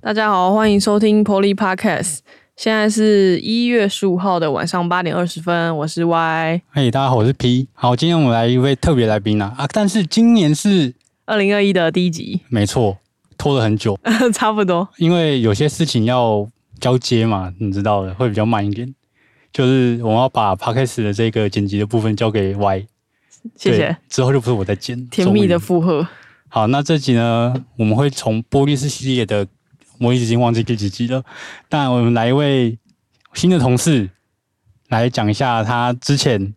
大家好，欢迎收听 Poly Podcast。现在是一月十五号的晚上八点二十分，我是 Y。嘿、哎大家好，我是 P。好，今天我们来一位特别来宾啊啊！但是今年是二零二一的第一集，没错，拖了很久， 差不多。因为有些事情要交接嘛，你知道的，会比较慢一点。就是我们要把 podcast 的这个剪辑的部分交给 Y，谢对谢，之后就不是我在剪。甜蜜的终于附和。好，那这集呢，我们会从波利斯系列的，我已经忘记第几集了，但我们来一位新的同事来讲一下他之前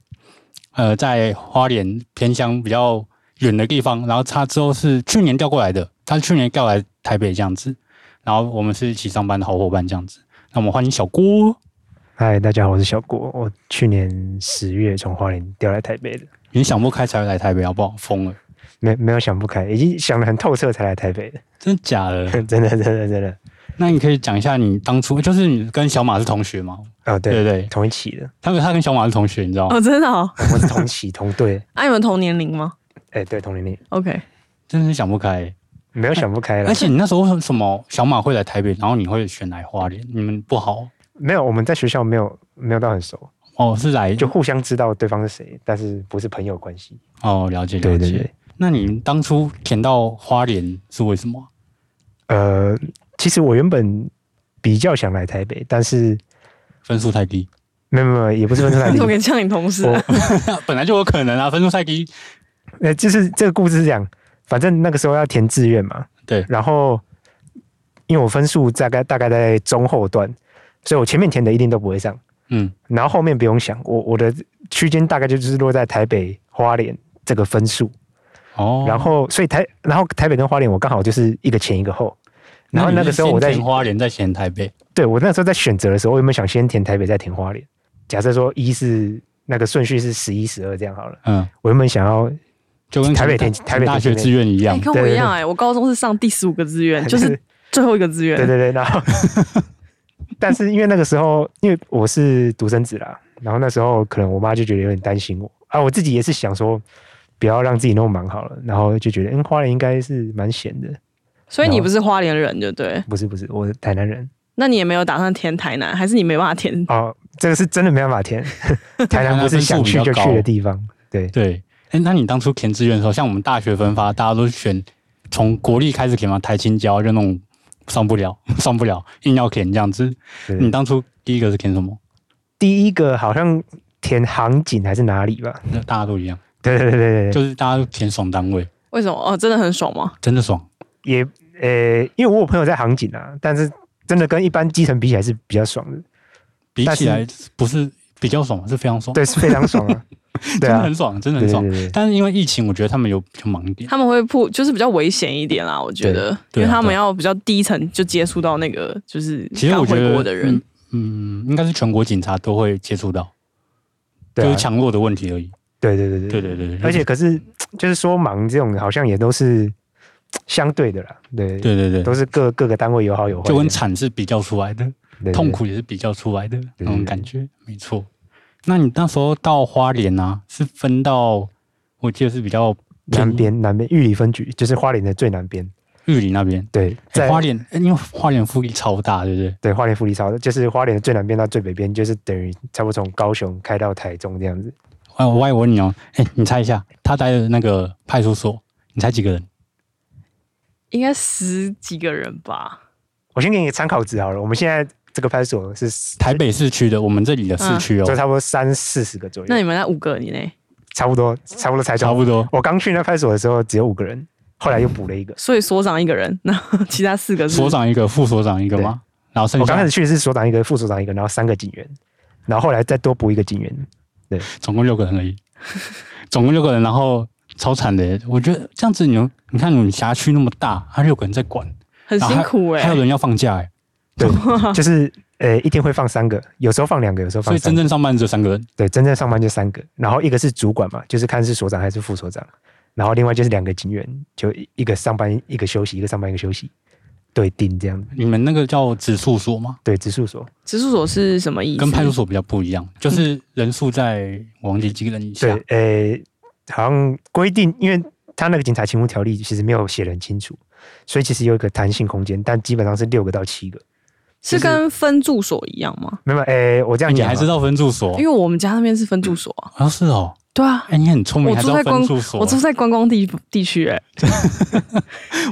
呃在花莲偏乡比较远的地方，然后他之后是去年调过来的，他是去年调来台北这样子，然后我们是一起上班的好伙伴这样子。那我们欢迎小郭，嗨，大家好，我是小郭。我去年十月从花莲调来台北的，你想不开才会来台北，好不好？疯了，没没有想不开，已经想得很透彻才来台北的。 真的假的？真的，真的，真的。那你可以讲一下你当初就是你跟小马是同学吗？哦，对对对同一起的，他跟他跟小马是同学，你知道吗？哦，真的哦。我们是同起同队。 啊，你们同年龄吗哎、对，同年龄， ？OK，真的是想不开欸、没有想不开了而。且你那时候为什什么小马会来台北，然后你会选来花莲？你们不好没有，我们在学校没有没有到很熟，哦，是来就互相知道对方是谁，但是不是朋友关系。哦，了解了解。，那你当初填到花莲是为什么？呃，其实我原本比较想来台北，但是分数太低， 没有没有，也不是分出来你怎么可以呛你同事啊？本来就有可能啊，分数太低。呃，就是这个故事是这样，反正那个时候要填志愿嘛，对然后因为我分数大概大概在中后段，所以我前面填的一定都不会上，嗯，然后后面不用想，我我的区间大概就是落在台北、花莲这个分数，哦，然后所以台然后台北跟花莲我刚好就是一个前一个后，然后你那个是时候我先在填花莲，再填台北。对我那时候在选择的时候，我有没有想先填台北再填花莲？假设说一是那个顺序是十一、十二这样好了，嗯，我原本想要就跟台北填填台北大学填志愿一样哎，。跟我一样哎，我高中是上第十五个志 愿，就是最后一个志愿。对对对，然 后，但是因为那个时候，因为我是独生子啦，然后那时候可能我妈就觉得有点担心我啊，我自己也是想说，不要让自己那么忙好了，然后就觉得，嗯，花莲应该是蛮闲的，所以你不是花莲人，对不对？不是不是，我是台南人那你也没有打算填台南，还是你没办法填？哦，这个是真的没办法 填，台南不是想去就去的地方，对，对，哎，那你当初填志愿的时候，像我们大学分发，大家都选从国立开始填嘛，台青交就那种上不了， 上不了，硬要填这样子。对你当初第一个是填什么？第一个好像填航警还是哪里吧，那大家都一样，对对对对对，就是大家都填爽单位，为什么？哦，真的很爽吗？真的爽。也呃，因为我有朋友在航警啊，但是真的跟一般基层比起来是比较爽的，比但起是来不是比较爽，是非常爽，对，是非常 爽啊，对真的啊很。爽，真的很对对爽。对对但是因为疫情，我觉得他们有比较忙一点。他们会不就是比较危险一点啦，我觉得，因对对啊为他们要比较低层就接触到那个就是其实刚我觉回国得的人，嗯，嗯，应该是全国警察都会接触到，对啊就是强弱的问题而已。对对对对对对对对，而且可是就是说忙这种好像也都是相对的啦，对，对对对，都是各各个单位有好有坏这就样，跟惨是比较出来的。对对痛苦也是比较出来的那对种对感觉，没错。那你那时候到花莲啊，是分到我记得是比较偏南边南边玉里分局就是花莲的最南边，玉里那边，对，在在花莲，欸因为花莲腹地超大，对不对？对花莲富里超就是花莲的最南边到最北边，就是等于差不多从高雄开到台中这样子，哎，我也问你哦，哎，你猜一下，他待的那个派出所，你猜几个人？应该十几个人吧。我先给你个参考值好了，我们现在这个派出所是台北市区的，我们这里的市区就哦，差不多三四十个左那右，你们那五个以内，差不多差不多才差多。不多。 我刚去那派出所的时候只有五个人，后来又补了一个。所以所长一个人， 然后其他四个是所长一个，副所长一个吗？然后剩嗯我刚开下始去的是所长一个，副所长一个，然后三个警员，然后后来再多补一个警员。总共六个人 而已，总共六个人，然后超惨的。我觉得这样子，你们你看你们辖区那么大，他六个人在管，很辛苦哎、还有人要放假哎、对， 就是呃，一天会放三个，有时候放两个，有时候所放以三真个。正上班只有三个人，对，真正上班就三个，然后一个是主管嘛，就是看是所长还是副所长，然后另外就是两个警员，就一一个上班一个休息，一个上班一个休息，对定这样子。你们那个叫指数所吗？对，直属所，直属所是什么意思？跟派出所比较不一样，就是人数在我忘记几个人以对下。，呃，好像规定，因为他那个警察勤务条例其实没有写得很清楚，所以其实有一个弹性空间，但基本上是六个到七个。是跟分住所一样吗？没有，诶、我这样你讲还好知了道分住所因为我们家那边是分住所啊。啊？是哦，对啊，哎，你很聪明，我还知住道在观分住所。啊我住在观光地地区哎、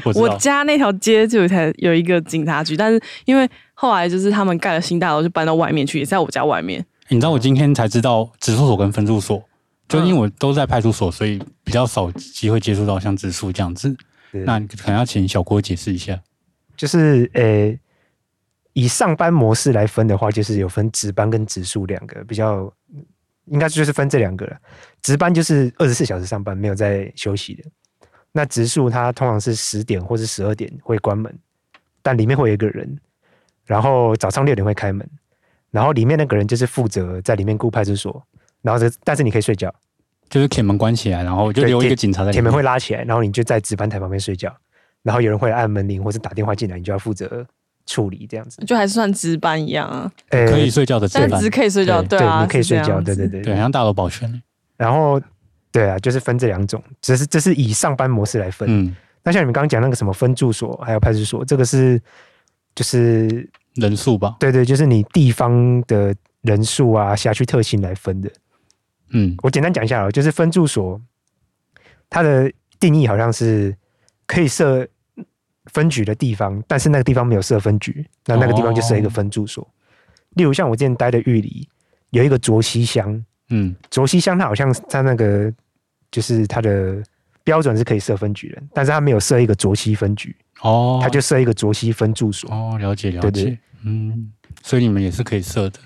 我知我道，家那条街就有一台有一个警察局，但是因为后来就是他们盖了新大楼，就搬到外面去，也在我家外面。你知道我今天才知道指数所跟分住所，就嗯因为我都在派出所，所以比较少机会接触到像指数这样子。对那你可能要请小郭解释一下。就是诶、以上班模式来分的话，就是有分值班跟值数两个比较，应该就是分这两个了。值班就是二十四小时上班，没有在休息的。那值数它通常是十点或是十二点会关门，但里面会有一个人，然后早上六点会开门，然后里面那个人就是负责在里面雇派出所，然后这但是你可以睡觉，就是铁门关起来，然后就对留一个铁警察在里铁面门会拉起来，然后你就在值班台旁边睡觉，然后有人会按门铃或是打电话进来，你就要负责处理这样子。就还是算值班一样啊，诶可以睡觉的值但班是只，可以睡觉，对啊，你可以是这睡样觉，呃对子对对对，好像大楼保全。然后对啊，就是分这两种，只是这是以上班模式来分。嗯，那像你们刚刚讲那个什么分住所还有派出所，这个是就是人数吧，对对，就是你地方的人数啊、辖区特性来分的。嗯，我简单讲一下哦，就是分住所，它的定义好像是可以设分局的地方，但是那个地方没有设分局，那那个地方就设一个分住所。例如像我之前待的玉里有一个卓溪乡，嗯，卓溪乡它好像它那个就是它的标准是可以设分局的，但是它没有设一个卓溪分局，哦，它就设一个卓溪分住所。哦，了解了对解对，嗯，所以你们也是可以设的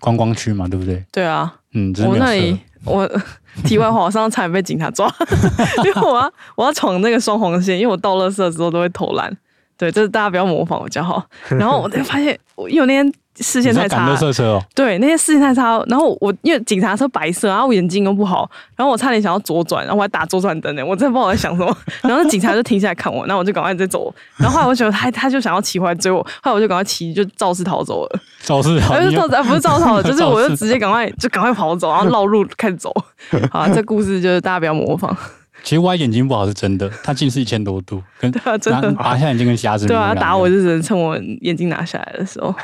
观光区嘛，对不对？对啊，嗯，只是我没有那设里。我 题外话，我上次差点被警察抓， 因为我要我要闯那个双黄线，因为我倒垃圾之后都会投篮。对，这大家不要模仿我就好。然后我就发现，我因为我那天视你线是太要赶差乐了，色车哦，对，那些视线太差了。然后我因为警察车白色，然后我眼睛又不好，然后我差点想要左转，然后我还打左转灯呢，欸我真的不知道我在想什么。 然后那警察就停下来看我，然后我就赶快再走。然后后来我觉得他他就想要骑回来追我，后来我就赶快骑就肇事逃走了。肇事然好，后你就有到，不是照抄的， 就是我肇就事直接赶快就赶快跑走，然后绕路开始 走。好啊，这故事就是大家不要模仿，其实歪眼睛不好是真的，它近视一千多度，跟对啊，真拿的，拔下眼睛跟瞎子对啊，一样打我，就只能趁我眼镜拿下来的时候。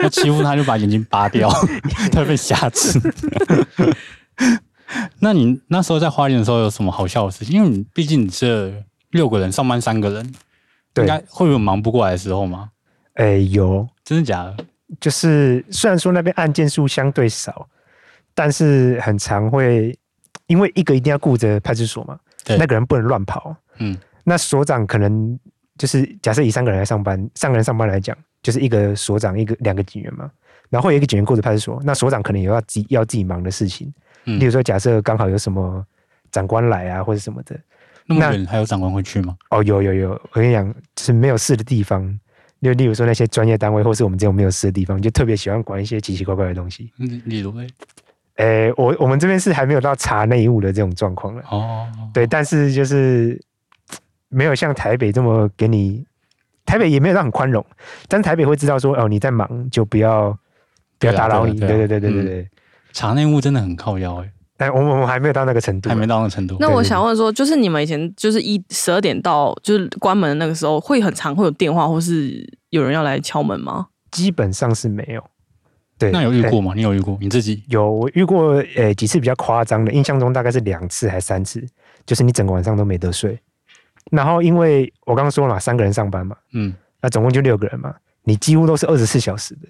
要欺负 他就把眼睛拔掉， 他被瞎子。 那你那时候在花莲的时候有什么好笑的事情？因为你毕竟你这六个人上班三个人，应对，该会有忙不过来的时候吗？哎，有，真的假的？就是虽然说那边案件数相对少，但是很常会因为一个一定要顾着派出所嘛，对那个人不能乱跑，嗯，那所长可能就是假设以三个人来上班，三个人上班来讲，就是一个所长一个两个警员嘛，然后会有一个警员顾着派出所，那所长可能也要自己要自己忙的事情，嗯例如说假设刚好有什么长官来啊或者什么的，那么那远还有长官会去吗？哦，有有有，我跟你讲，就是没有事的地方，就例如说那些专业单位，或是我们这种没有事的地方，就特别喜欢管一些奇奇怪怪的东西。嗯例如嘞，诶、我我们这边是还没有到查内务的这种状况了，哦，对，但是就是没有像台北这么给你，台北也没有到很宽容，但是台北会知道说，哦，你在忙就不要不对要啦打扰你，对对啦对对啦对对对嗯对。查内务真的很靠腰哎、但我们我们还没有到那个程度还啊，没到那程度。那对我对想问说，就是你们以前就是一十二点到就是关门的那个时候，会很常会有电话或是有人要来敲门吗？基本上是没有。对，那有遇诶过吗？你有遇过你自己？有，我遇过呃几次比较夸张的，印象中大概是两次还三次，就是你整个晚上都没得睡。然后因为我刚刚说了嘛，三个人上班嘛，嗯，那总共就六个人嘛，你几乎都是二十四小时的，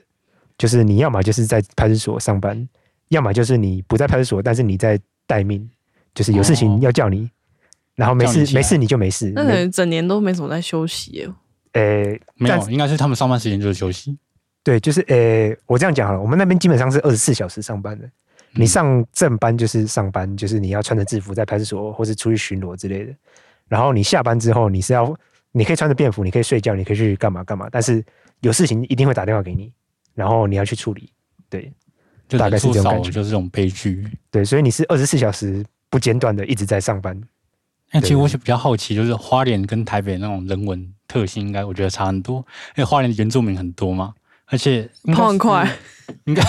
就是你要么就是在派出所上班，要么就是你不在派出所，但是你在待命，就是有事哦情要叫你，然后没叫你事起来没事你就没事，那等嗯没于整年都没什么在休息耶。呃没但有，应该是他们上班时间就是休息。对，就是呃我这样讲好了，我们那边基本上是二十四小时上班的，你上正班就是上班，就是你要穿着制服在派出所或是出去巡逻之类的。然后你下班之后，你是要你可以穿着便服，你可以睡觉，你可以去干嘛干嘛，但是有事情一定会打电话给你，然后你要去处理。对就大概人是数这种少，感觉就是这种悲剧。对，所以你是二十四小时不间断的一直在上班。 那哎其实对我是比较好奇，就是花莲跟台北那种人文特性，应该我觉得差很多。因为花莲原住民很多嘛，而且应该跑很是快，应该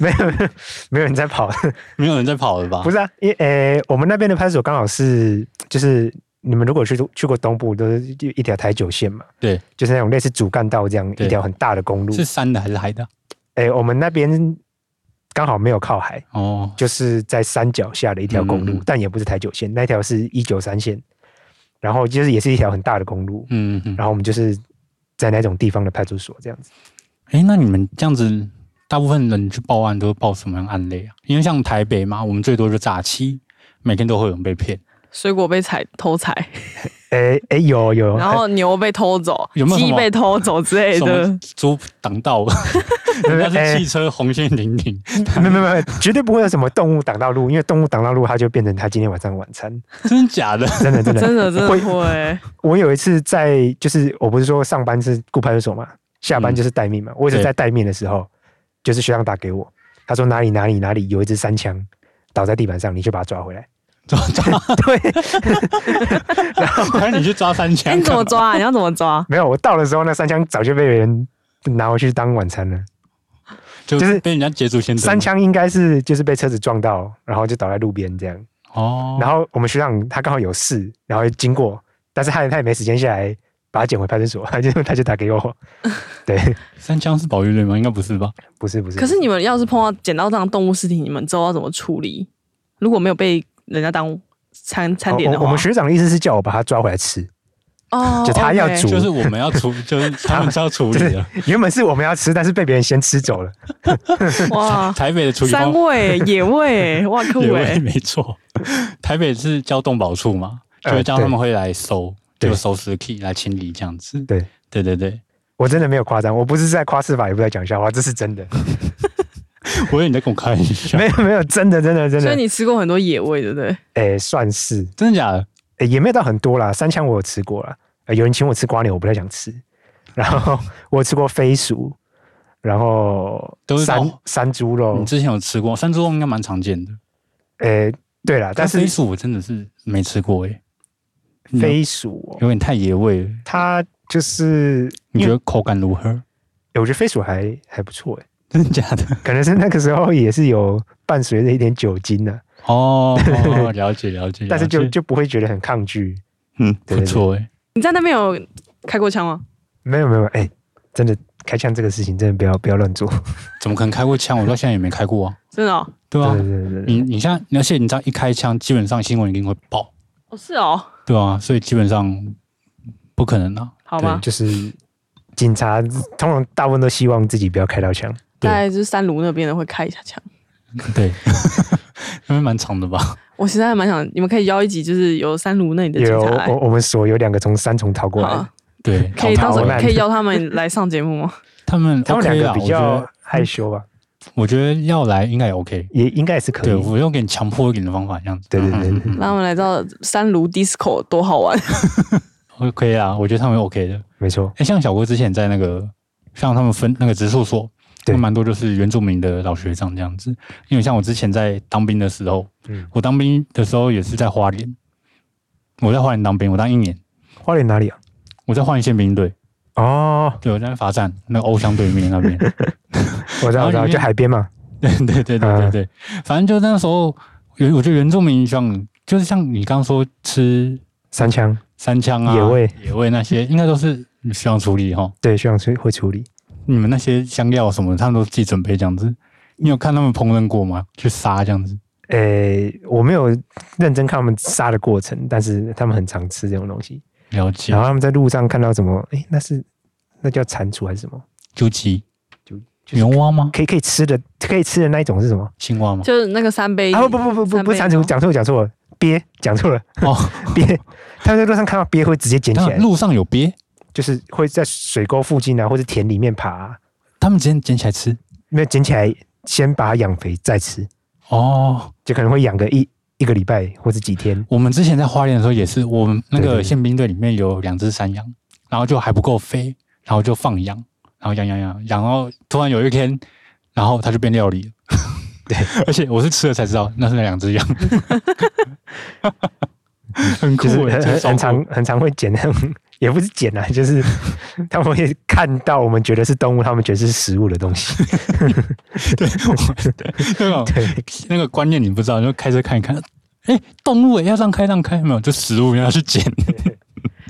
没有没有没有人在 跑，没有人在跑了吧？不是啊，因为呃我们那边的派出所刚好是就是你们如果去去过东部，都是就一条台九线嘛，对，就是那种类似主干道这样对一条很大的公路。是山的还是海的？哎、我们那边刚好没有靠海，哦，就是在山脚下的一条公嗯路，嗯嗯但也不是台九线，那条是一九三线，然后就是也是一条很大的公路，嗯，嗯然后我们就是在那种地方的派出所这样子。哎、那你们这样子，大部分人去报案都会报什么样案类啊？因为像台北嘛，我们最多就诈欺，每天都会有人被骗。水果被采偷采，哎、哎、有有，然后牛被偷走，有没有什鸡么被偷走之类什的么。猪挡 道，哎那是汽车红线停停。没有没有没有，绝对不会有什么动物挡道路，因为动物挡道路，它就变成他今天晚上晚餐。 真的假的？真的真 的真的真的会会，我有一次在，就是我不是说上班是雇派出所嘛，下嗯班就是待命嘛。我也是在待命的时候，就是学长打给我，他说哪里哪里哪里有一支三枪倒在地板上，你去把它抓回来。抓抓，对，还是你去抓三哎，枪？你怎么？抓啊？你要怎么抓？ 没有，我到的时候那三枪早就被人拿回去当晚餐了。就就是是被人家捷足先登。三枪应该是就是被车子撞到，然后就倒在路边这样。哦，然后我们学长他刚好有事，然后经过，但是他也他也没时间下来把他捡回派出所， 他就他就打给 我。对，三枪是保育类吗？应该不是吧？不是不是，可是你们要是碰到捡到这样动物尸体，你们知道要怎么处理？如果没有被人家当餐餐点哦的我话，我们学长的意思是叫我把他抓回来吃，哦，就他要 OK 煮就是我们要处，就是他们是要处理 就是的。原本是我们要吃，但是被别人先吃走了。哇，台北的 处理山方味野味，哇酷也哎会，没错，台北是交动保处嘛，就呃会叫他们会来收，对就收尸体来清理这样子。对对对对，我真的没有夸张，我不是在夸饰法，也不是在讲笑话，这是 真的，我以为你在跟我开玩笑没，有没有，真的真的真所以的，你吃过很多野味，对不对？哎、算是、真的假的？哎也没有到很多啦，三枪我有吃过啦，呃有人请我吃瓜牛，我不太想吃，然 后我有吃过飞鼠，然后都是嗯山到山猪肉你，之前有吃过山猪肉，应该蛮常见的，哎、对啦，但飞是鼠我真的是没吃过诶、欸，飞鼠、哦、有点太野味了。它就是，你觉得口感如 何？哎我觉得飞鼠还还不错哎、真的假的？可能是那个时候也是有伴随着一点酒精呢、哦，哦了解了解， 但是了就解就不会觉得很抗拒。嗯对不对错诶、你在那边有开过枪吗？没有没有，哎、真的开枪这个事情真的不要不要乱做。怎么可能开过枪？我到现在也没开过啊。真的哦，对啊对，对对对，你你像，而且你知道一开枪，基本上新闻一定会爆。哦是哦，对啊，所以基本上不可能啊。好吧，就是警察通常大部分都希望自己不要开到枪。对在就是三卢那边的会开一下枪。 对，因为蛮长的吧？我实在蛮想，你们可以邀一集，就是有三卢那里的警有察来我，我们所有两个从三重逃过好来啊，，对，可以他到时候好啊可以邀他们来上节目吗？ 他们他们两 OK 啦个比我觉较得嗯害羞吧，我觉得要来应该也 OK。也应该也是可对以。我用给你强迫一点的方法，这样子。嗯对对对对，让他们来到三卢 disco 多好玩， ，OK 啊，我觉得他们 OK 的。没错，哎，像小郭之前在那个，像他们分那个直属所，他对们蛮多就是原住民的老学长这样子。因为像我之前在当兵的时候，嗯我当兵的时候也是在花莲，我在花莲当兵，我当一年，花莲哪里啊？我在花莲宪兵队。哦，对，我在罚站，那个欧香对面那 边。我知道，然后里我知道，面就海边嘛。对对对对对对，嗯反正就那时候，原我觉得原住民像就是像你刚说吃三枪，三枪啊、野味、野味那些，应该都是需要处理哈。对，学长会会处理。你们那些香料什么，他们都自己准备这样子。你有看他们烹饪过吗？去杀这样子？诶、哎我没有认真看他们杀的过程，但是他们很常吃这种东西。了解然，后他们在路上看到什么？诶、那是那叫蟾蜍还是什么？究极就就是牛蛙吗？可以可以吃的可以吃的那一种是什么？青蛙吗？就是那个三杯啊不不不不三不杯是蟾蜍，吗讲错讲错了，鳖讲 错了，哦，鳖。他们在路上看到鳖会直接捡起那来，路上有鳖，就是会在水沟附近啊，或者田里面爬、啊，他们直接捡起来吃。没有捡起来先把它养肥再吃，哦，就可能会养个一一个礼拜或者几 天。我们之前在花莲的时候也是，我们那对对个对宪兵队里面有两只山羊，然后就还不够飞，然后就放羊，然后养养养，养到突然有一天，然后它就变料理 了。对， 而且我是吃了才知道那是那两只羊， 很酷就欸，是真的超很很很酷 常很常会捡那种， 也不是捡啊，就是 他们会看到我们觉得是动物，他们觉得是食物的东西。 对，我那种那个观念你不知道，你就开车看一看，哎、动物哎、要让开让开，没有，就食物要去 捡，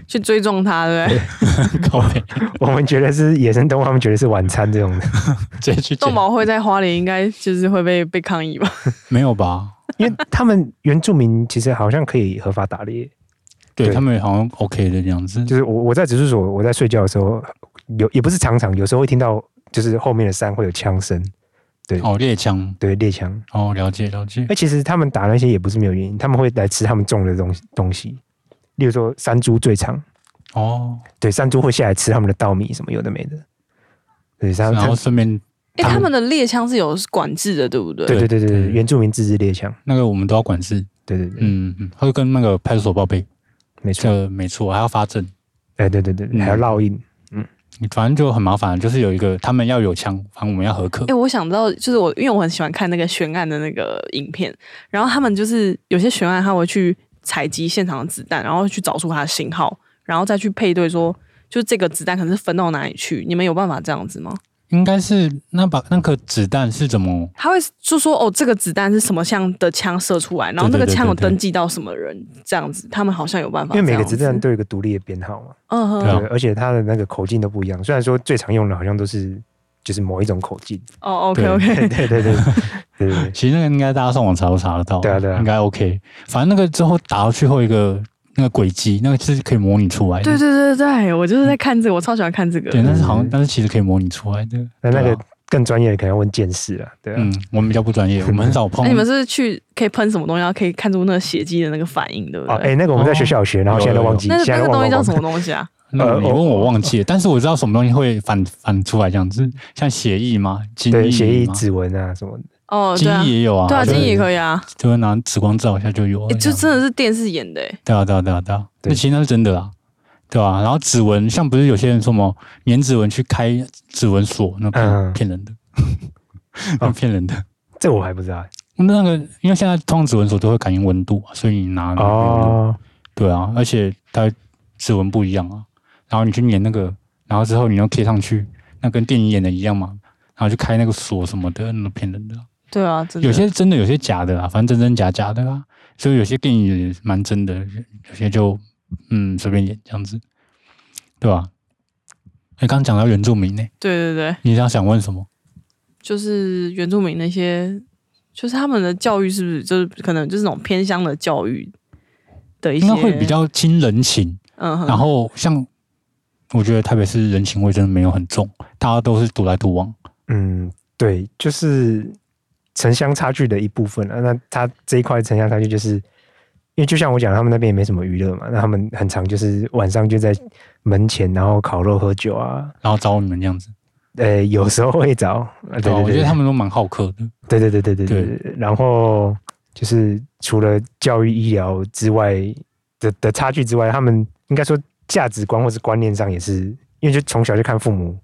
去追踪它，对不对？靠背，我们觉得是野生动物，他们觉得是晚餐这种的，直接去捡动，保会在花莲应该就是会被被抗议吧？没有吧？因为他们原住民其实好像可以合法打猎，对对他们好像 OK 的样子，就是我我在指示所，我在睡觉的时候，有也不是常常，有时候会听到就是后面的山会有枪声，哦，猎枪，对，猎枪。哦，了解了解哎、，其实他们打那些也不是没有原因，他们会来吃他们种的东西东西，例如说山猪最常，哦，对，山猪会下来吃他们的稻米什么有的没的，对，然然后后顺便哎、他们他们的猎枪是有管制的，对不对？对对对对对对，原住民自制猎枪，那个我们都要管制，对对对，嗯，嗯会跟那个派出所报备，没这错，个没错，还要发证，哎，对对对对，还有嗯烙印，反正就很麻烦，就是有一个他们要有枪，反正我们要合可哎、，我想到就是我，因为我很喜欢看那个悬案的那个影片，然后他们就是有些悬案他会去采集现场的子弹，然后去找出它的型号，然后再去配对说，就这个子弹可能是分到哪里去。你们有办法这样子吗？应该是那把那颗子弹是怎么？他会就说哦，这个子弹是什么像的枪射出来，然后那个枪有登记到什么人，这样子，他们好像有办因法。为每个子弹，都有一个独立的编号嘛，嗯对啊哼，对，而且它的那个口径都不一样，虽然说最常用的好像都是就是某一种 口径， 哦，OK 对 OK，对对对对对对，其实那个应该大家上网查都查得到，对啊对啊应该 OK。反正那个之后打到去后一个那个轨迹，那个是可以模拟出来的。对对对对，我就是在看这个，我超喜欢看这个。对，但是好像嗯但是其实可以模拟出来的。那对那个啊更专业的可能要问剑士啊，对啊，嗯，我们比较不 专业，我们很少碰那。嗯你们是去可以喷什么东西，然后可以看出那个血迹的那个反应，对不哦，哎、对？那个我们在学校有学，然后现在都忘记，那现在那都个忘东西叫光什么 光。东西啊？那个呃你我问我忘记了，但是我知道什么东西会反反出来这样子，像血液嘛，精对，血液液嘛，指纹啊什么的，哦，对精啊液，也有啊，对啊，就金是也可以啊，就会拿紫光照一下就有了诶这样子。就真的是电视演的诶。对啊，对啊，对啊，对啊，对那其实那是真的啦，对啊。然后指纹，像不是有些人说什么粘指纹去开指纹锁，那骗嗯骗人的， 那骗人的。这我还不知啊道。那个，因为现在通常指纹锁都会感应温度啊，所以你拿那个温度，哦，对啊，而且它指纹不一样啊。然后你去粘那个，然后之后你又贴上去，那跟电影演的一样嘛。然后去开那个锁什么的，那骗人的啊。对啊，真的有些是真的，有些假的啦，反正真真假假的啦。所以有些电影也蛮真的，有些就嗯随便演这样子，对吧？哎、刚刚讲到原住民呢、对对对，你想想问什么？就是原住民那些，就是他们的教育是不是就是可能就是那种偏乡的教育的一些，应该会比较亲人情，嗯然哼，后像我觉得特别是人情味真的没有很重，大家都是独来独往。嗯，对，就是城乡差距的一部分啊。那它这一块城乡差距，就是因为就像我讲，他们那边也没什么娱乐嘛，那他们很常就是晚上就在门前，然后烤肉喝酒啊。然后找你们这样子，呃，有时候会找，啊啊对对我觉对得他们都蛮好客的，对对对对对对对。然后就是除了教育、医疗之外的的差距之外，他们应该说价值观或是观念上也是，因为就从小就看父母，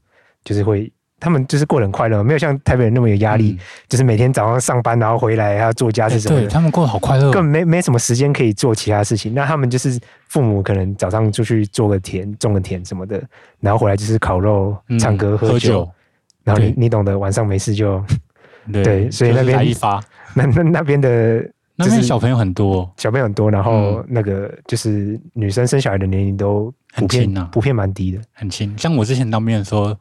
就是会他们就是过得很快乐，没有像台北人那么有压力，就是每天早上上班然后回来还要做家嗯，事哎什么嗯对的。他们过得好快乐根本哦，没没什么时间可以做其他事情，那他们就是父母可能早上出去做个田、种个田什么的，然后回来就是烤肉、嗯唱歌、喝喝酒，，然后你对你懂得，晚上没事就对，对所以就是那边来一发，那那那边的那就边是小朋友很多哦，小朋友很多，然后那个就是女生生小孩的年龄都普嗯很遍、轻啊普遍蛮低的。很轻。像我之前当兵的时候，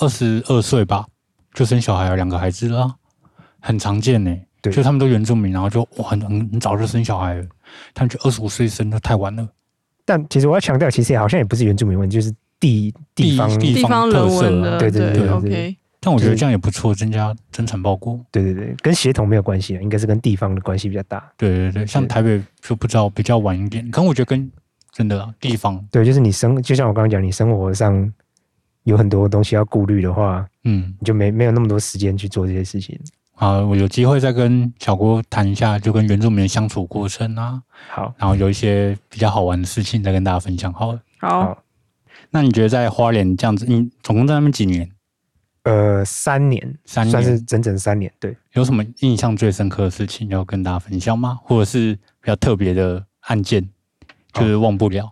二十二岁吧，就生小孩了，两个孩子了啊，很常见呢、对就他们都原住民，然后就哇很很很早就生小孩了，他们就二十五岁生，那太晚了。但其实我要强调，其实好像也不是原住民问题，就是地地地方，地地方人文特色的，啊对对对对对对 OK，但我觉得对这样也不错，增加增产报国。对对对，跟血统没有关系啊，应该是跟地方的关系比较大。对对对，像对台北就不知道比较晚一点，可能我觉得跟真的啊地方，对，就是你生，就像我刚刚讲，你生活上有很多东西要顾虑的话，嗯，你就没没有那么多时间去做这些事情。啊，我有机会再跟小郭谈一下，就跟原住民的相处过程啊，好，然后有一些比较好玩的事情再跟大家分享好了。好，好，那你觉得在花莲这样子，你总共在那边几年？呃，三年，三算年是整整三年。对，有什么印象最深刻的事情要跟大家分享吗？或者是比较特别的案件，就是忘不了？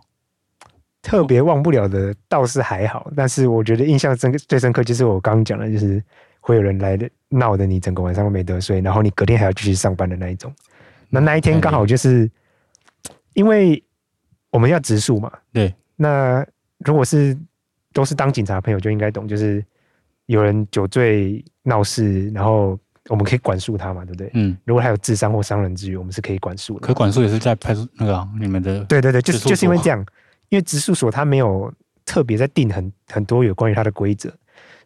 特别忘不了的倒是还好，但是我觉得印象深刻最深刻就是我刚刚讲的，就是会有人来闹的你整个晚上都没得睡，然后你隔天还要继续上班的那一种，那那一天刚好就是因为我们要植树嘛，对，那如果是都是当警察的朋友就应该懂，就是有人酒醉闹事，然后我们可以管束他嘛，对不对？嗯，如果他有智商或伤人之余，我们是可以管束的。可管束也是在派出那个啊、你们的，对对对，就是植树所就是因为这样，因为植树所它没有特别在定很很多有关于它的规则，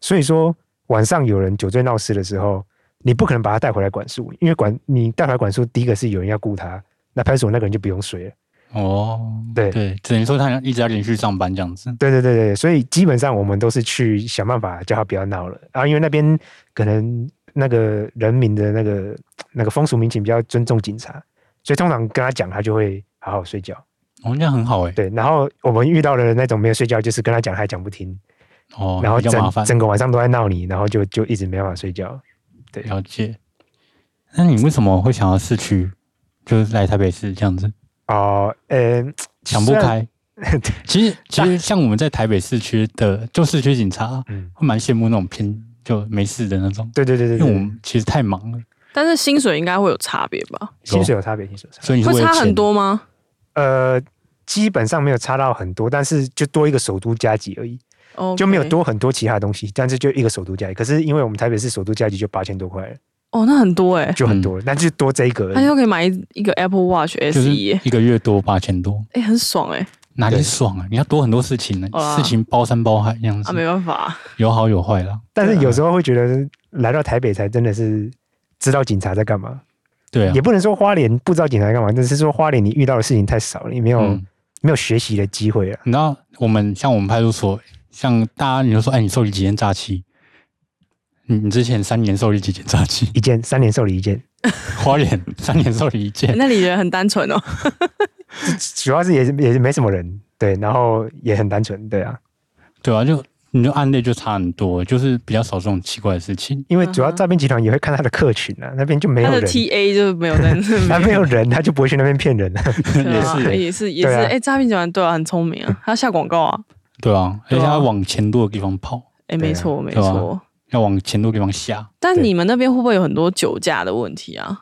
所以说晚上有人酒醉闹事的时候，你不可能把他带回来管束，因为管你带回来管束，第一个是有人要雇他，那派出所那个人就不用睡了。哦，对对，等于说他一直要连续上班这样子，对对对对，所以基本上我们都是去想办法叫他不要闹了，啊然、后因为那边可能那个人民的那个那个风俗民情比较尊重警察，所以通常跟他讲，他就会好好睡觉。哦，这样很好哎、对，然后我们遇到的那种没有睡觉，就是跟他讲他还讲不听，哦，然后比较麻烦整，整个晚上都在闹你，然后就就一直没办法睡觉。了解。那你为什么会想要市区，就是来台北市这样子？哦，呃，想不虽然，开。 其实其实像我们在台北市区的，就市区警察嗯，会蛮羡慕那种偏就没事的那种，对对对对因为对，我们其实太忙了，但是薪水应该会有差别吧？薪水有差别，薪水有差别所以你是会为了差钱很。多吗？呃，基本上没有差到很多，但是就多一个首都加级而已。哦，就没有多很多其他东西，但是就一个首都价可是因为我们台北市首都价值就八千多块嗯了，哦，那很多哎、欸，就很多了，那、就多这一个而他已。就可以买一一个 Apple Watch 就是 SE，哎、一个月多八千多，欸很爽哎、哪里对爽啊？你要多很多事情呢好，啦事情包山包海这样啊，子，没办法、有好有坏啦。但是有时候会觉得来到台北才真的是知道警察在干嘛，对啊也，不能说花莲不知道警察在干嘛，但是说花莲你遇到的事情太少了，你没有、嗯，没有学习的机会啊了。你知道我们像我们派出所，像大家你就说，哎，你受理几件诈欺？你你之前三年受理几件诈欺？ 一件三年受理一件，花莲 三年受理一嗯件，那里人很单纯哦。嗯主要是也是也是没什么人，对，然后也很单纯，对啊，对啊，就你就案例就差很多，就是比较少这种奇怪的事情。因为主要嗯哼诈骗集团也会看他的客群啊，那边就没他有的人， TA 就没有在 他 那没有人，他就不会去那边骗人 了。对啊也是欸也是也是，对啊哎，诈骗集团对啊，很聪明啊，他下广告啊，对啊，而对啊且要往钱多的地方跑，哎，没错没对啊错。要往钱多的地方下。但对你们那边会不会有很多酒驾的问题啊？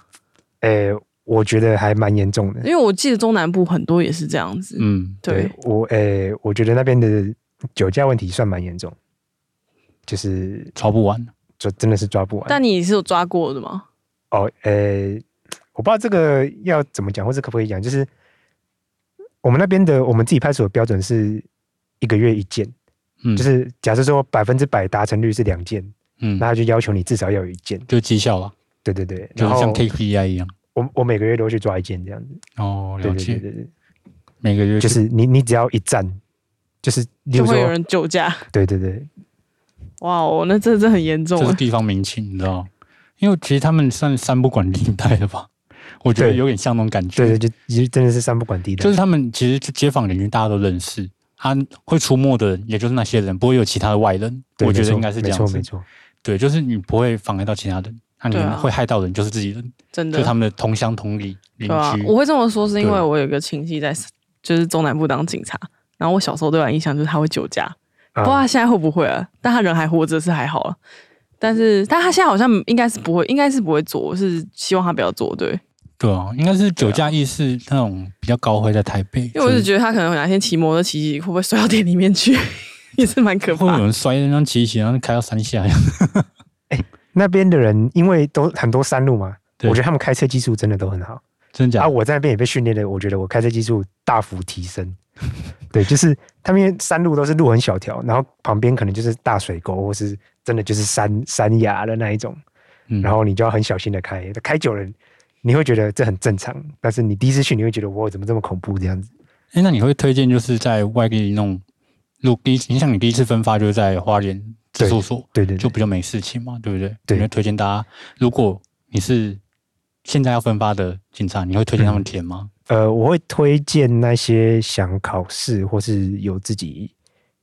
诶、我觉得还蛮严重的因。为我记得中南部很多也是这样啊子，嗯，嗯对，我，诶、我觉得那边的酒驾问题算蛮严重，就是吵不完。就真的是抓不完。但你是有抓过的吗？哦，诶、我不知道这个要怎么讲，或者可不可以讲，就是我们那边的我们自己派出所的标准是一个月一件，嗯，就是假设说百分之百达成率是两件，嗯那，他就要求你至少要有一件。就绩效啊，对对对，就然是后像 KPI 一样。我我每个月都去抓一件这样子。哦，对了对对解。对对，每个月就是你你只要一站，就是例就如会有说，人酒驾，对对对，哇哦，那这真的很严重这是欸。地方民情，你知道吗？因为其实他们算三不管地带的吧，我觉得对有点像那种感觉。对对，就就真的是三不管地带，就是他们其实就街坊邻居大家都认识，他会出没的人也就是那些人，不会有其他的外人。对我觉没得错应该是这样没错没子。错。对，就是你不会妨碍到其他人，那你对啊会害到人就是自己人，真的就，他们的同乡同里邻对啊居。，我会这么说是因为对我有一个亲戚在就是中南部当警察，然后我小时候对他的印象就是他会酒驾，不啊知道他现在会不会了，但他人还活着是还好了。啊但是，但他现在好像应该是不会，应该是不会做。我是希望他不要做，对，对啊，应该是酒驾意识那种比较高，会在台北。因为我就是觉得他可能哪天骑摩托骑骑，会不会摔到店里面去， 也是蛮可会不怕会有的。人摔，然后骑一骑，然后开到山下？ 那边的人，因为都很多山路嘛，我对觉得他们开车技术真的都很好。真假啊，？我在那边也被训练的，我觉得我开车技术大幅提升。 对，就是他们因为山路都是路很小条，然后旁边可能就是大水沟，或是真的就是山山崖的那一种，嗯然后你就要很小心的开，开久了你会觉得这很正常，但是你第一次去你会觉得哇怎么这么恐怖这样子？哎、那你会推荐就是在外地弄，如第一，你像你第一次分发就是在花莲自助所，对对就对，比较没事情嘛，对不对？对你会推荐大家，如果你是现在要分发的警察，你会推荐他们填吗？呃，我会推荐那些想考试或是有自己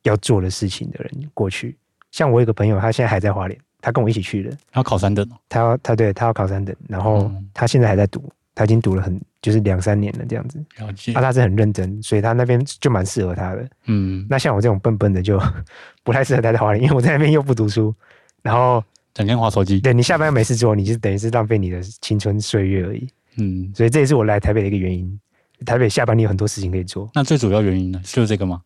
要做的事情的人过去。像我有个朋友，他现在还在花莲，他跟我一起去的。要考三等哦，他要他对他要考三等，然后嗯他现在还在读，他已经读了很就是两三年了这样子。了解。啊，他是很认真，所以他那边就蛮适合他的。嗯，那像我这种笨笨的就 不太适合待在华联，因为我在那边又不读书，然后整天划手机，对你下班又没事做，你就等于是浪费你的青春岁月而已。嗯，所以这也是我来台北的一个原因。台北下班你有很多事情可以做，那最主要原因呢，就是这个吗？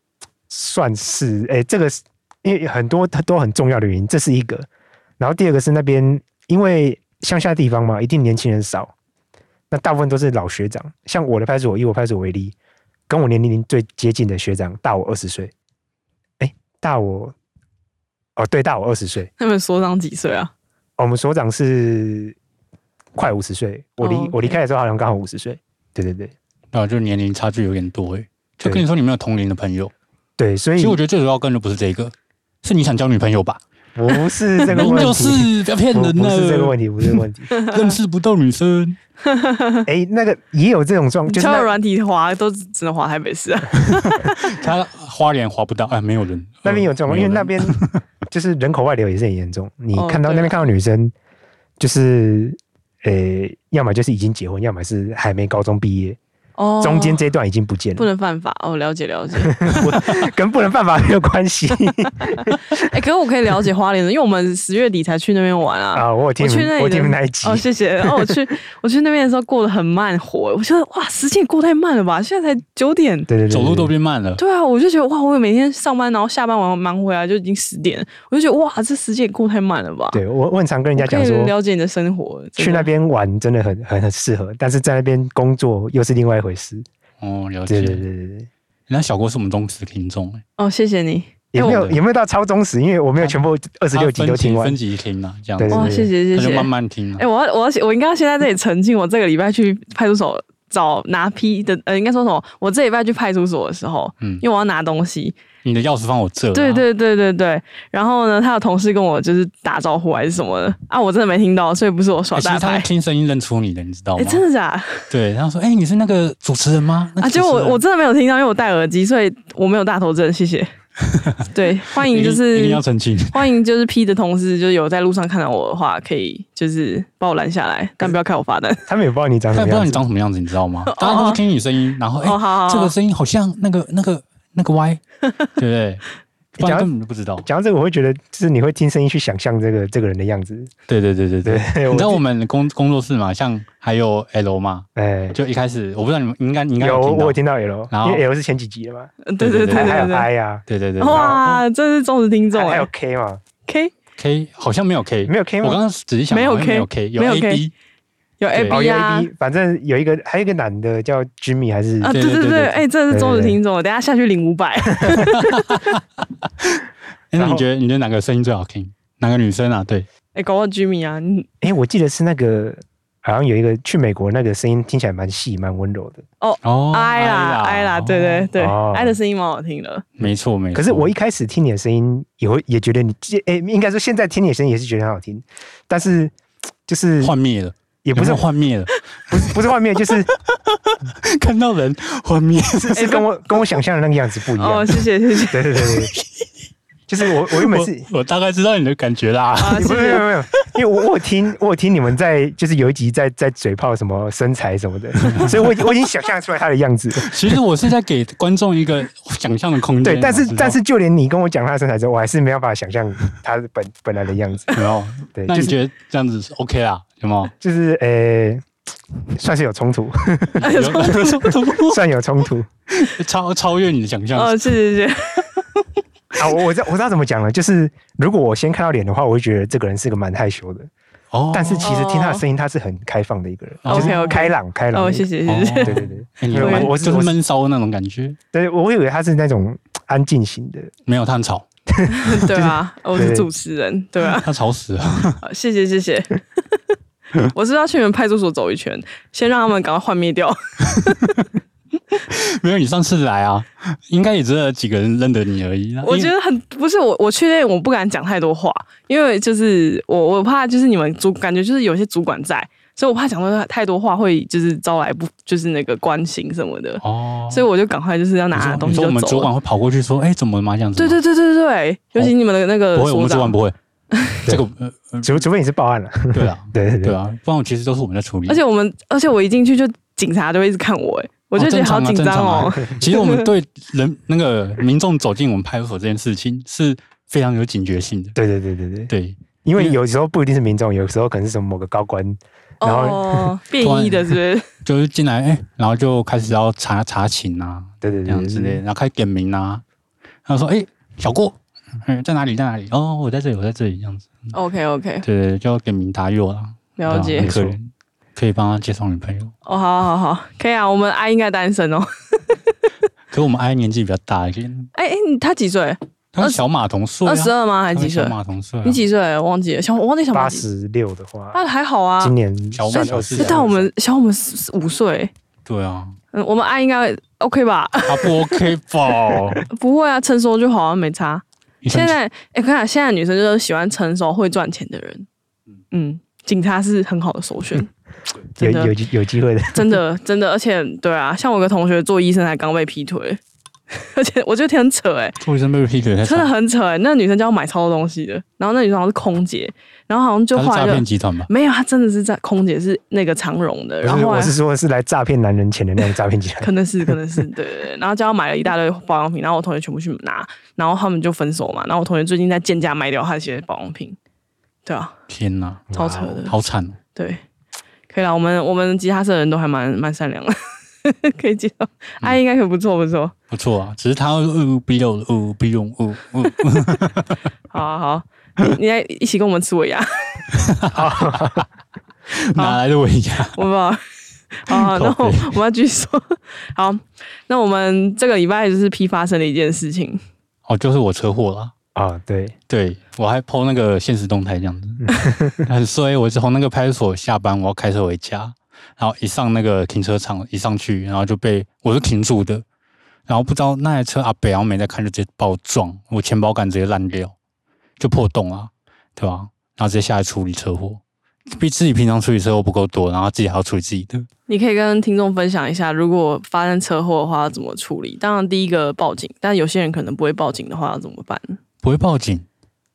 算是哎、这个是因为很多它都很重要的原因，这是一个。然后第二个是那边因为乡下地方嘛，一定年轻人少，那大部分都是老学长。像我的派出所，以我派出所为例，跟我年龄最接近的学长大我二十岁，哎、大我哦对，大我二十岁。那你们所长几岁啊？哦我们所长是快五十岁，我离、哦，OK 我离开的时候好像刚好五十岁。对对对对啊，就是年龄差距有点多诶。就对跟你说，你没有同龄的朋友。对，所其以实我觉得最主要根本就不是这个，是你想交女朋友吧？不是这个明问明就题，是不要骗不人不是这个了，问题，不是这个问题。认识不到女生。哎、那个也有这种状，就是交友那嗯软体滑都只只能滑台北 市啊。他花莲划不到，哎，没有人。那边有这种，因为那边。 边就是人口外流也是很严重。你哦看到对那边啊看到女生，就是呃、要么就是已经结婚，要么是还没高中毕业，哦，中间这段已经不见不了，能犯法哦，了解了解。 跟不能犯法没有 关系哎、可是我可以了解花莲人，因为我们十月底才去那边玩啊。啊！我有听我你去们那里我听你们的那一集哦，，谢谢。然后我去我去那边的时候过得很慢活，我觉得哇，时间也过太慢了吧，现在才九点。对对对，走路都对变慢了。对啊，我就觉得哇，我每天上班，然后下班完忙回来就已经十点了，我就觉得哇，这时间也过太慢了吧。，对我我很常跟人家我可讲以说，了解你的生活，真的去那边玩真的很很很适合，但是在那边工作又是另外一回事。哦，了解。对对人对对对。家小郭是我们忠实听众，哎哦，谢谢你，也没有哎我也没有到超忠实，因为我没有全部二十六集他都分级听完分。级听啊，这样对子哇，谢谢谢他就谢。慢慢听啊哎、。我要我要写我应该要先在这里澄清，我这个礼拜去派出所找拿批的，呃，应该说什么？我这礼拜去派出所的时候，嗯因为我要拿东西，你的钥匙放我这，啊对，对对对对。然后呢，他的同事跟我就是打招呼还是什么的啊，我真的没听到，所以不是我耍哎其大实他牌们。听声音认出你的，你知道哎、吗？真的假的？对，然后说，哎，你是那个主持人吗？那啊，个主就持人我我真的没有听到，因为我戴耳机，所以我没有大头针。谢谢。对，欢迎就一定一定是要澄清。欢迎就是 P 的同事，就是有在路上看到我的话，可以就是把我拦下来，但不要开我罚单。他们也不知道你长他也什么不知道样你子，长什么样子，你知道吗？大家都是听你声音，然后哦哦，好哎，好好，这个声音好像那个那个那个 Y，对不对？不然根本就不知道。讲到这个，我会觉得就是你会听声音去想象这个这个人的样子。对对对对对对。，你知道我们工工作室嘛？像还有 L 嘛？哎，就一开始我不知道你们应该你应该有听我到有。听到 L，然后因为 L 是前几集的嘛，对对对 对对还有对。 I 呀，对对对，哦哇，这是忠实听众还还哎、有 K 嘛， K K 好像没有 K，没有 K 吗我刚刚仔细想，没有好像 K，没有 K，有没有 A B，有对 A 哦 B 有啊 AB，反正有一个还有一个男的叫 Jimmy 还是啊，对对对对对对对，哎，这是忠实听众，等一下下去领五百。哎那然后你觉得你觉得哪个声音最好听？哪个女生啊？对，哎，搞到 Jimmy 啊，你哎，我记得是那个好像有一个去美国那个声音听起来蛮细蛮温柔的，哦哀啦哀啦，对对，对哦，哀的声音蛮好听的。哦没错没错。可是我一开始听你的声音也会也觉得你哎，应该说现在听你的声音也是觉得很好听，但是就是幻灭了，也也不是 幻灭了，不是不是画面，就是看到人幻灭。是是跟我跟我想象的那个样子不一样。哦，谢谢谢谢 对对对对， 就是我我原本我是我大概知道你的感觉啦。 啊，谢没谢。有没有没有，因为我我有听我有听你们在就是有一集在在嘴炮什么身材什么的，所以我已我已经想象出来他的样 子。其实我是在给观众一个想象的空间嘛。对，但是知道但是就连你跟我讲他的身材之后，我还是没办法想象他的本本来的样子。有没有？对，那就你是觉得这样子是 OK 啦？有没有？就是呃，算是有 冲突，有 有算有冲突 超超越你的想象。哦，谢谢谢谢。啊！我我知道我知道怎么讲了，就是如果我先看到脸的话，我会觉得这个人是个蛮害羞的。哦但是其实听他的声音，他是很开放的一个人，哦就是 OK，OK 开朗开朗的哦，一个谢人。谢哦谢谢。对对对， 哎你对蛮我是就我是是闷骚那种感觉，对我以为他是那种安静型的，没有他很吵，哦 对啊，我是对主持人，对啊，他吵死了。 好谢谢谢 谢。我是不是要去你们派出所走一圈，先让他们赶快幻灭掉。没有，你上次来啊，应该也只有几个人认得你而已。我觉因为得很不是我，我确认我不敢讲太多话，因为就是我我怕就是你们主感觉就是有些主管在，所以我怕讲多太多话会就是招来不就是那个关心什么的，哦，所以我就赶快就是要你拿说东你西说我就们主走管了。会跑过去说：“哎，怎么嘛这样子？”对对，对对对，尤其你们的那个不会，我所们主管长，不会。这对个呃，呃除除非你是报案了。 对啊，对对对对，啊，不然我其实都是我们在处理。而且我们而且我一进去就警察就会一直看我，哎，我就觉得好紧张哦哦。正常啊正常啊其实我们对人那个民众走进我们派出所这件事情是非常有警觉性的。对对对对对，对，因为有时候不一定是民众，有时候可能是什么某个高官然后 哦，变异的是不是？就是进来哎、然后就开始要查查寝啊，对对这对样之类的，然后开始点名啊，然后说哎、小郭，嗯、在哪里在哪里？哦，我在这里我在这里这样子， OK OK，嗯对对，对就要点名打诱啊，了对啊解很。可怜，可以帮他介绍女朋友。哦，好好好，可以啊。我们阿应该单身哦。可我们阿姨年纪比较大一点，哎哎，你他几岁？她是小马童岁、啊，二十二吗？还她几是岁小？马童岁、啊，你几岁？我忘记了，小我忘记小马八几。十六的话，啊，还好啊今，年小算马小24四是啊但我们小我们五岁。对啊，嗯，我们阿应该 OK 吧？ 她不 OK 吧？不会啊，成熟就好啊，没差。你现在，哎、看看现在女生就是喜欢成熟会赚钱的人，嗯，警察是很好的首选， 真有的，有有有 机会的，真的，真的，而且对啊，像我有个同学做医生还刚被劈腿， 而且我觉得挺很扯哎、做医生被劈腿，她真的很扯哎、那个女生叫我买超多东西的，然后那女生好像是空姐，然后好像就她是后来诈就骗集团吧？没有，她真的是在空姐是那个长荣的， 然不是后后我来是说是来诈骗男人钱的那种诈骗集团， 可能是，可能是，对对对。然后叫他买了一大堆保养品，然后我同学全部去拿，然后他们就分手嘛。然后我同学最近在贱价卖掉他一些保养品，对啊，天哪，超扯的，好惨哦！对，可以啦。我们我们吉他社的人都还蛮蛮善良的， 可以接受。嗯阿姨应该很不错，不错。不错啊，只是他呃不用呃不用呃呃，好啊好啊，你你来一起跟我们吃尾牙， 哪来的尾牙？我不好。好啊，那我靠北我们要继续说。好，那我们这个礼拜就是批发生了一件事情，哦，就是我车祸了。啊，对，对，我还 PO 那个现实动态这样子，嗯很衰。我是从那个派出所下班，我要开车回家，然后一上那个停车场，一上去，然后就被我是停住的，然后不知道那台车阿北，然后没在看，就直接把我撞，我钱包杆直接烂掉，就破洞啊，对吧、然后直接下来处理车祸，比自己平常处理车祸不够多，然后自己还要处理自己的。你可以跟听众分享一下，如果发生车祸的话要怎么处理？当然，第一个报警，但有些人可能不会报警的话要怎么办？不会报警，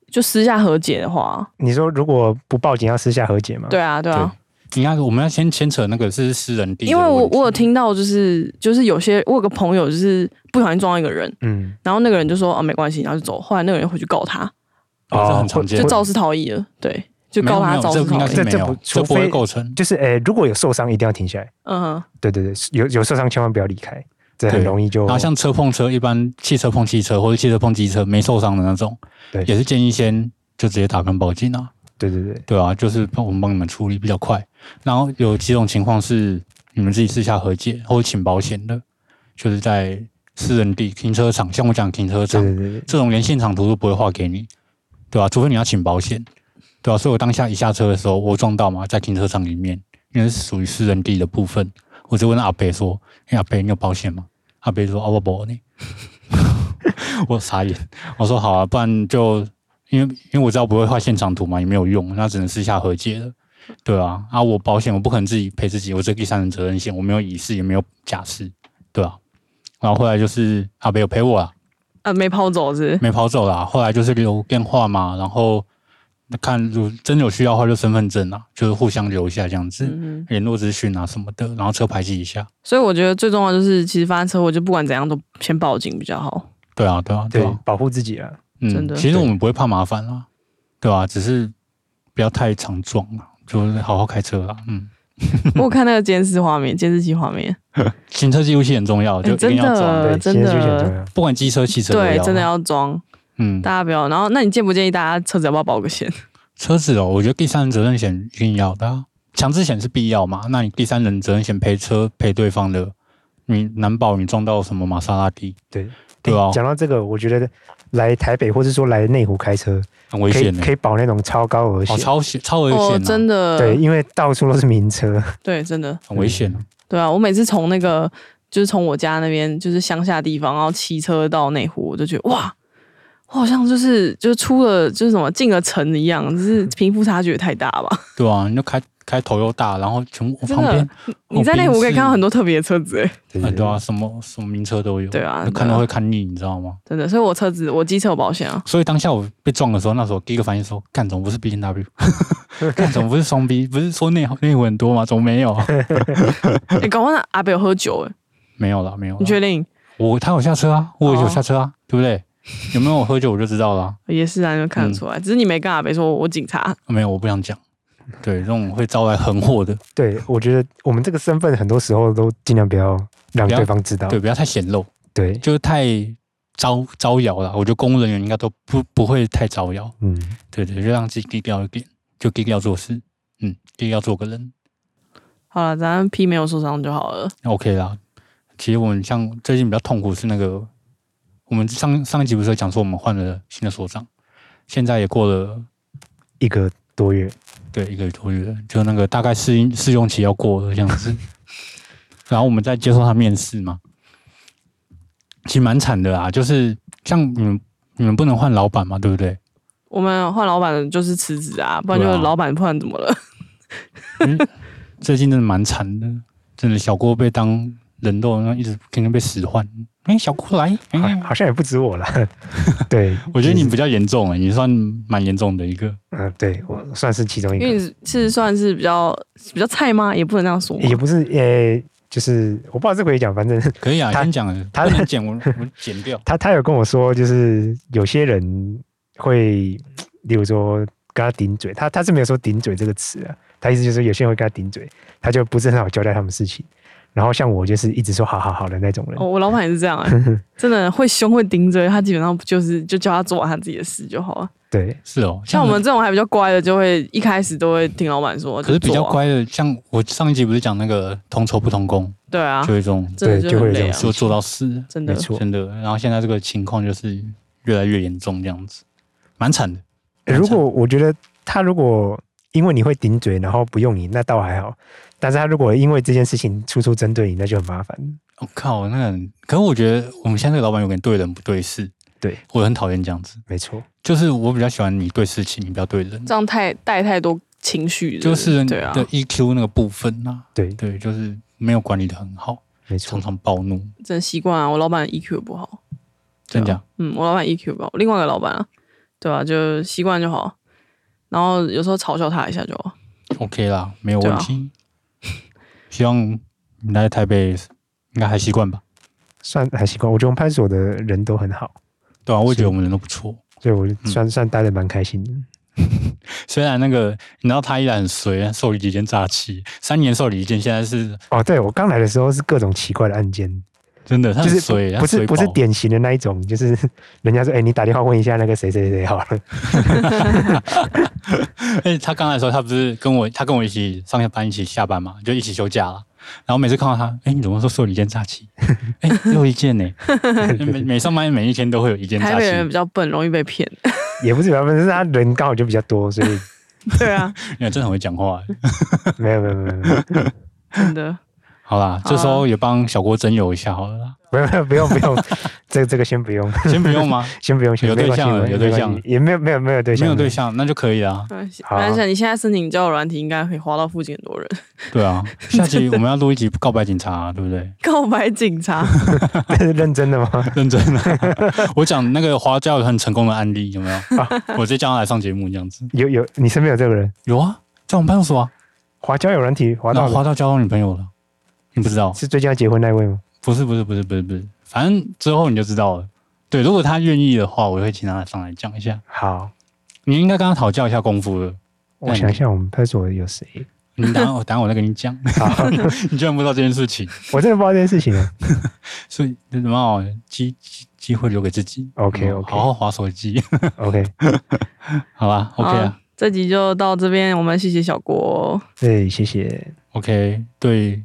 就私下和解的话，啊你说如果不报警要私下和解吗？对啊，对啊，你看我们要先牵扯那个是私人地的因为我问题我有听到，就是就是有些我有个朋友就是不小心撞到一个人，嗯，然后那个人就说哦没关系，然后就走，后来那个人回去告他，哦这哦很常会见就会肇事逃逸了，对，就没有告没他有肇这事逃应该逸是，这没这不有，这不除会非构成。就是呃，如果有受伤一定要停下来，嗯哼，对对对，有有受伤千万不要离开，这很对容易就然后像车碰车，一般汽车碰汽车或者汽车碰机车没受伤的那种，对也是建议先就直接打跟报警啊，对对对，对啊，就是帮我们帮你们处理比较快。然后有几种情况是你们自己私下和解或者请保险的，就是在私人地停车场，像我讲停车场对对对对这种连现场图都不会画给你，对吧、除非你要请保险，对吧、所以我当下一下车的时候，我撞到嘛，在停车场里面，因为是属于私人地的部分，我就问阿北说：“哎、阿北，你有保险吗？”阿北说：“啊，我不呢。”我傻眼，我说：“好啊，不然就因为因为我知道不会画现场图嘛，也没有用，那只能私下和解了。”对啊，啊，我保险我不可能自己赔自己，我这第三人责任险，我没有乙事也没有甲事，对啊。然后后来就是阿北有陪我啊，呃没跑走是不是没跑走啦。后来就是留电话嘛，然后看如真有需要的话就身份证啊，就是互相留一下这样子，嗯哼，联、络资讯啊什么的，然后车牌记一下。所以我觉得最重要就是，其实发生车祸就不管怎样都先报警比较 好。对啊，对啊，对对啊，，保护自己啊，真嗯，的其实我们不会怕麻烦啦，对啊，只是不要太常撞啊，就是好好开车啦。嗯，我有看那个监视画面，监视器画面，行车记录器很重要，就哎一定要真的装，呃对，真现的在就很重要，不管机车、汽车都对，啊真的。要装。嗯，大家不要。然后，那你建不建议大家车子要不要保个险？车子哦，我觉得第三人责任险一定要的、啊，强制险是必要嘛。那你第三人责任险赔车赔对方的，你难保你撞到什么玛莎拉蒂，对对啊诶讲到这个，我觉得来台北或是说来内湖开车，很危可以险的、可以保那种超高额哦，险，超险超危险、啊哦，真的，对，因为到处都是名 车，对真的，很危险、啊。对啊。我每次从那个就是从我家那边就是乡下地方，然后骑车到内湖，我就觉得哇，我好像就是就是出了就是什么进了城一样，就是贫富差距也太大吧。对啊，你就开开头又大，然后全部真旁的边你在内湖可以看到很多，多特别的车子、欸，对哎对啊，什么什么名车都有，对啊就看对到啊会看腻，你知道吗？真的。所以我车子我机车有保险 啊，所以当下我被撞的时候，那时候第一个反应说，干怎么不是 B N W，干怎么不是双 B，不是说内内湖很多吗？怎 么没有？哎、搞忘了阿北有喝酒、欸，没有啦，没有啦。你确定？我他有下车啊，我也有哦下车啊，对不对？有没有我喝酒我就知道了啊、也是啊，你就看得出来，只是你没跟阿北说我警察，没有，我不想讲。对，这种会招来横祸的，对，我觉得我们这个身份很多时候都尽量不要让不要对方知道。对，不要太显露，对就是太招招摇了。我觉得公务人员应该都不不会太招摇，嗯，对对，就让自己低调一点，就低调做事，嗯，低调做个人好了，咱 P 没有受伤就好了。那，OK 啦。其实我们像最近比较痛苦是那个，我们上上一集不是有讲说我们换了新的所长，现在也过了一个多月，对，一个多月，就那个大概试用试用期要过了这样子，然后我们再接受他面试嘛，其实蛮惨的啊，就是像你们你们不能换老板嘛，对不对？我们换老板就是辞职啊，不然就对啊老板不然怎么了？最近真的蛮惨的，真的小郭被当人肉，然后一直天天被使唤。哎、小郭来，哎、好好像也不止 我啦。对，我觉得你就是比较严重哎、你算蛮严重的一个。嗯，对我算是其中一因为个，你是算是比较比较菜吗？也不能这样说嘛。也不是呃，就是我不知道这可以讲，反正可以啊，他先讲，他。不能剪我我剪掉他他有跟我说，就是有些人会，例如说跟他顶嘴，他他是没有说顶嘴这个词啊，他意思就是说有些人会跟他顶嘴，他就不是很好交代他们事情。然后像我就是一直说好好好的那种人，哦，我老板也是这样哎、欸，真的会凶会顶嘴，他基本上就是就叫他做完他自己的事就好了。对，是哦，像我们这种还比较乖的，就会一开始都会听老板说，可是就比做较啊，乖的，像我上一集不是讲那个同酬不同工，对啊，就有一种真的对就就很会有这累种啊，就做到死，真没的。错。真的。然后现在这个情况就是越来越严重，这样子，蛮惨的。欸如果我觉得他如果因为你会顶嘴，然后不用你，那倒还好。但是他如果因为这件事情处处针对你，那就很麻烦。我、哦靠，那很可是我觉得我们现在这个老板有点对人不对事，对我很讨厌这样子。没错，就是我比较喜欢你对事情，你不要对人，这样太带太多情绪了，就是你对啊，的 EQ 那个部分啊，对，对，就是没有管理的很好，没常错，常暴怒，真的习惯啊。我老板 EQ 也不好，真对假啊？嗯，我老板 EQ 不好，另外一个老板啊，对啊，就习惯就好。然后有时候嘲笑他一下就好。 OK 啦，没有问题。啊 希望你来台北应该还习惯吧？算还习惯。我觉得我们派出所的人都很好，对啊，我也觉得我们人都不错。所以我算、算待的蛮开心的。虽然那个你知道他依然很衰，受理几件诈欺，三年受理一件，现在是哦，对我刚来的时候是各种奇怪的案件，真的他就很是衰，不他是衰不是爆典型的那一种，就是人家说，哎、你打电话问一下那个谁谁谁好了。 哎，他刚来的时候，他不是跟我，他跟我一起上下班，一起下班嘛，就一起休假了。然后每次看到他，哎，你怎么说受理一件诈 欺？哎，又一件呢、每每上班每一天都会有一件台诈北欺，人比较笨，容易被骗。 也不是百分之，是他人刚好就比较多，所以对啊，你真的很会讲话、哎没有没有没有没有真 的。好啊啦，这时候也帮小郭征友一下好了 啦，没有没有不用不用， 这这个先不用， 先不用吗？先不用，先有对没关系象了没有对没关象系了也没有没有没有对没象，有对象那就可以啦。但是好啊但是你现在申请交友软体，应该可以划到附近很多人。 对 啊，下集我们要录一集告白警察、啊对不对？告白警察，认真的吗？ 认真啊！我讲那个华教很成功的案例有没有？我直接叫他来上节目这样子。有有，你身边有这个人？啊有啊，在我们派出所啊，华交友软体华然到后华教交到女朋友了，你不知道？是最近要结婚那一位吗？不是不是不是不是不是，反正之后你就知道了。对，如果他愿意的话，我会请他上来讲一下。好，你应该跟他讨教一下功夫了。我想一下，我们派出所有谁？你 等下我等下我再跟你讲，好， 你居然不知道这件事情，我真的不知道这件事情 啊。所以怎么好机机机会留给自己。嗯 OK，OK 好好划手机， OK，好吧？OK 好啊这集就到这边，我们谢谢小郭。对，谢谢。 ，OK，对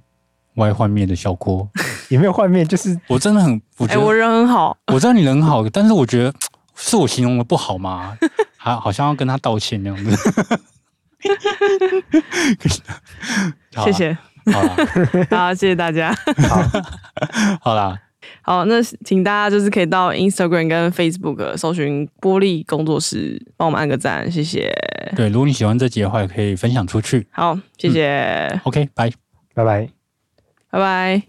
外幻灭的效果，也没有画面，就是我真的很，我哎、觉得、我人很好，我知道你人好，但是我觉得是我形容的不好嘛， 还好像要跟他道歉那样子。好 啦谢，谢，好啊啦，好，谢谢大家。好，好啦，好，那请大家就是可以到 Instagram 跟 Facebook 搜寻玻璃工作室，帮我们按个赞，谢谢。对，如果你喜欢这集的话，也可以分享出去。好，谢谢， OK，拜。拜拜。拜拜。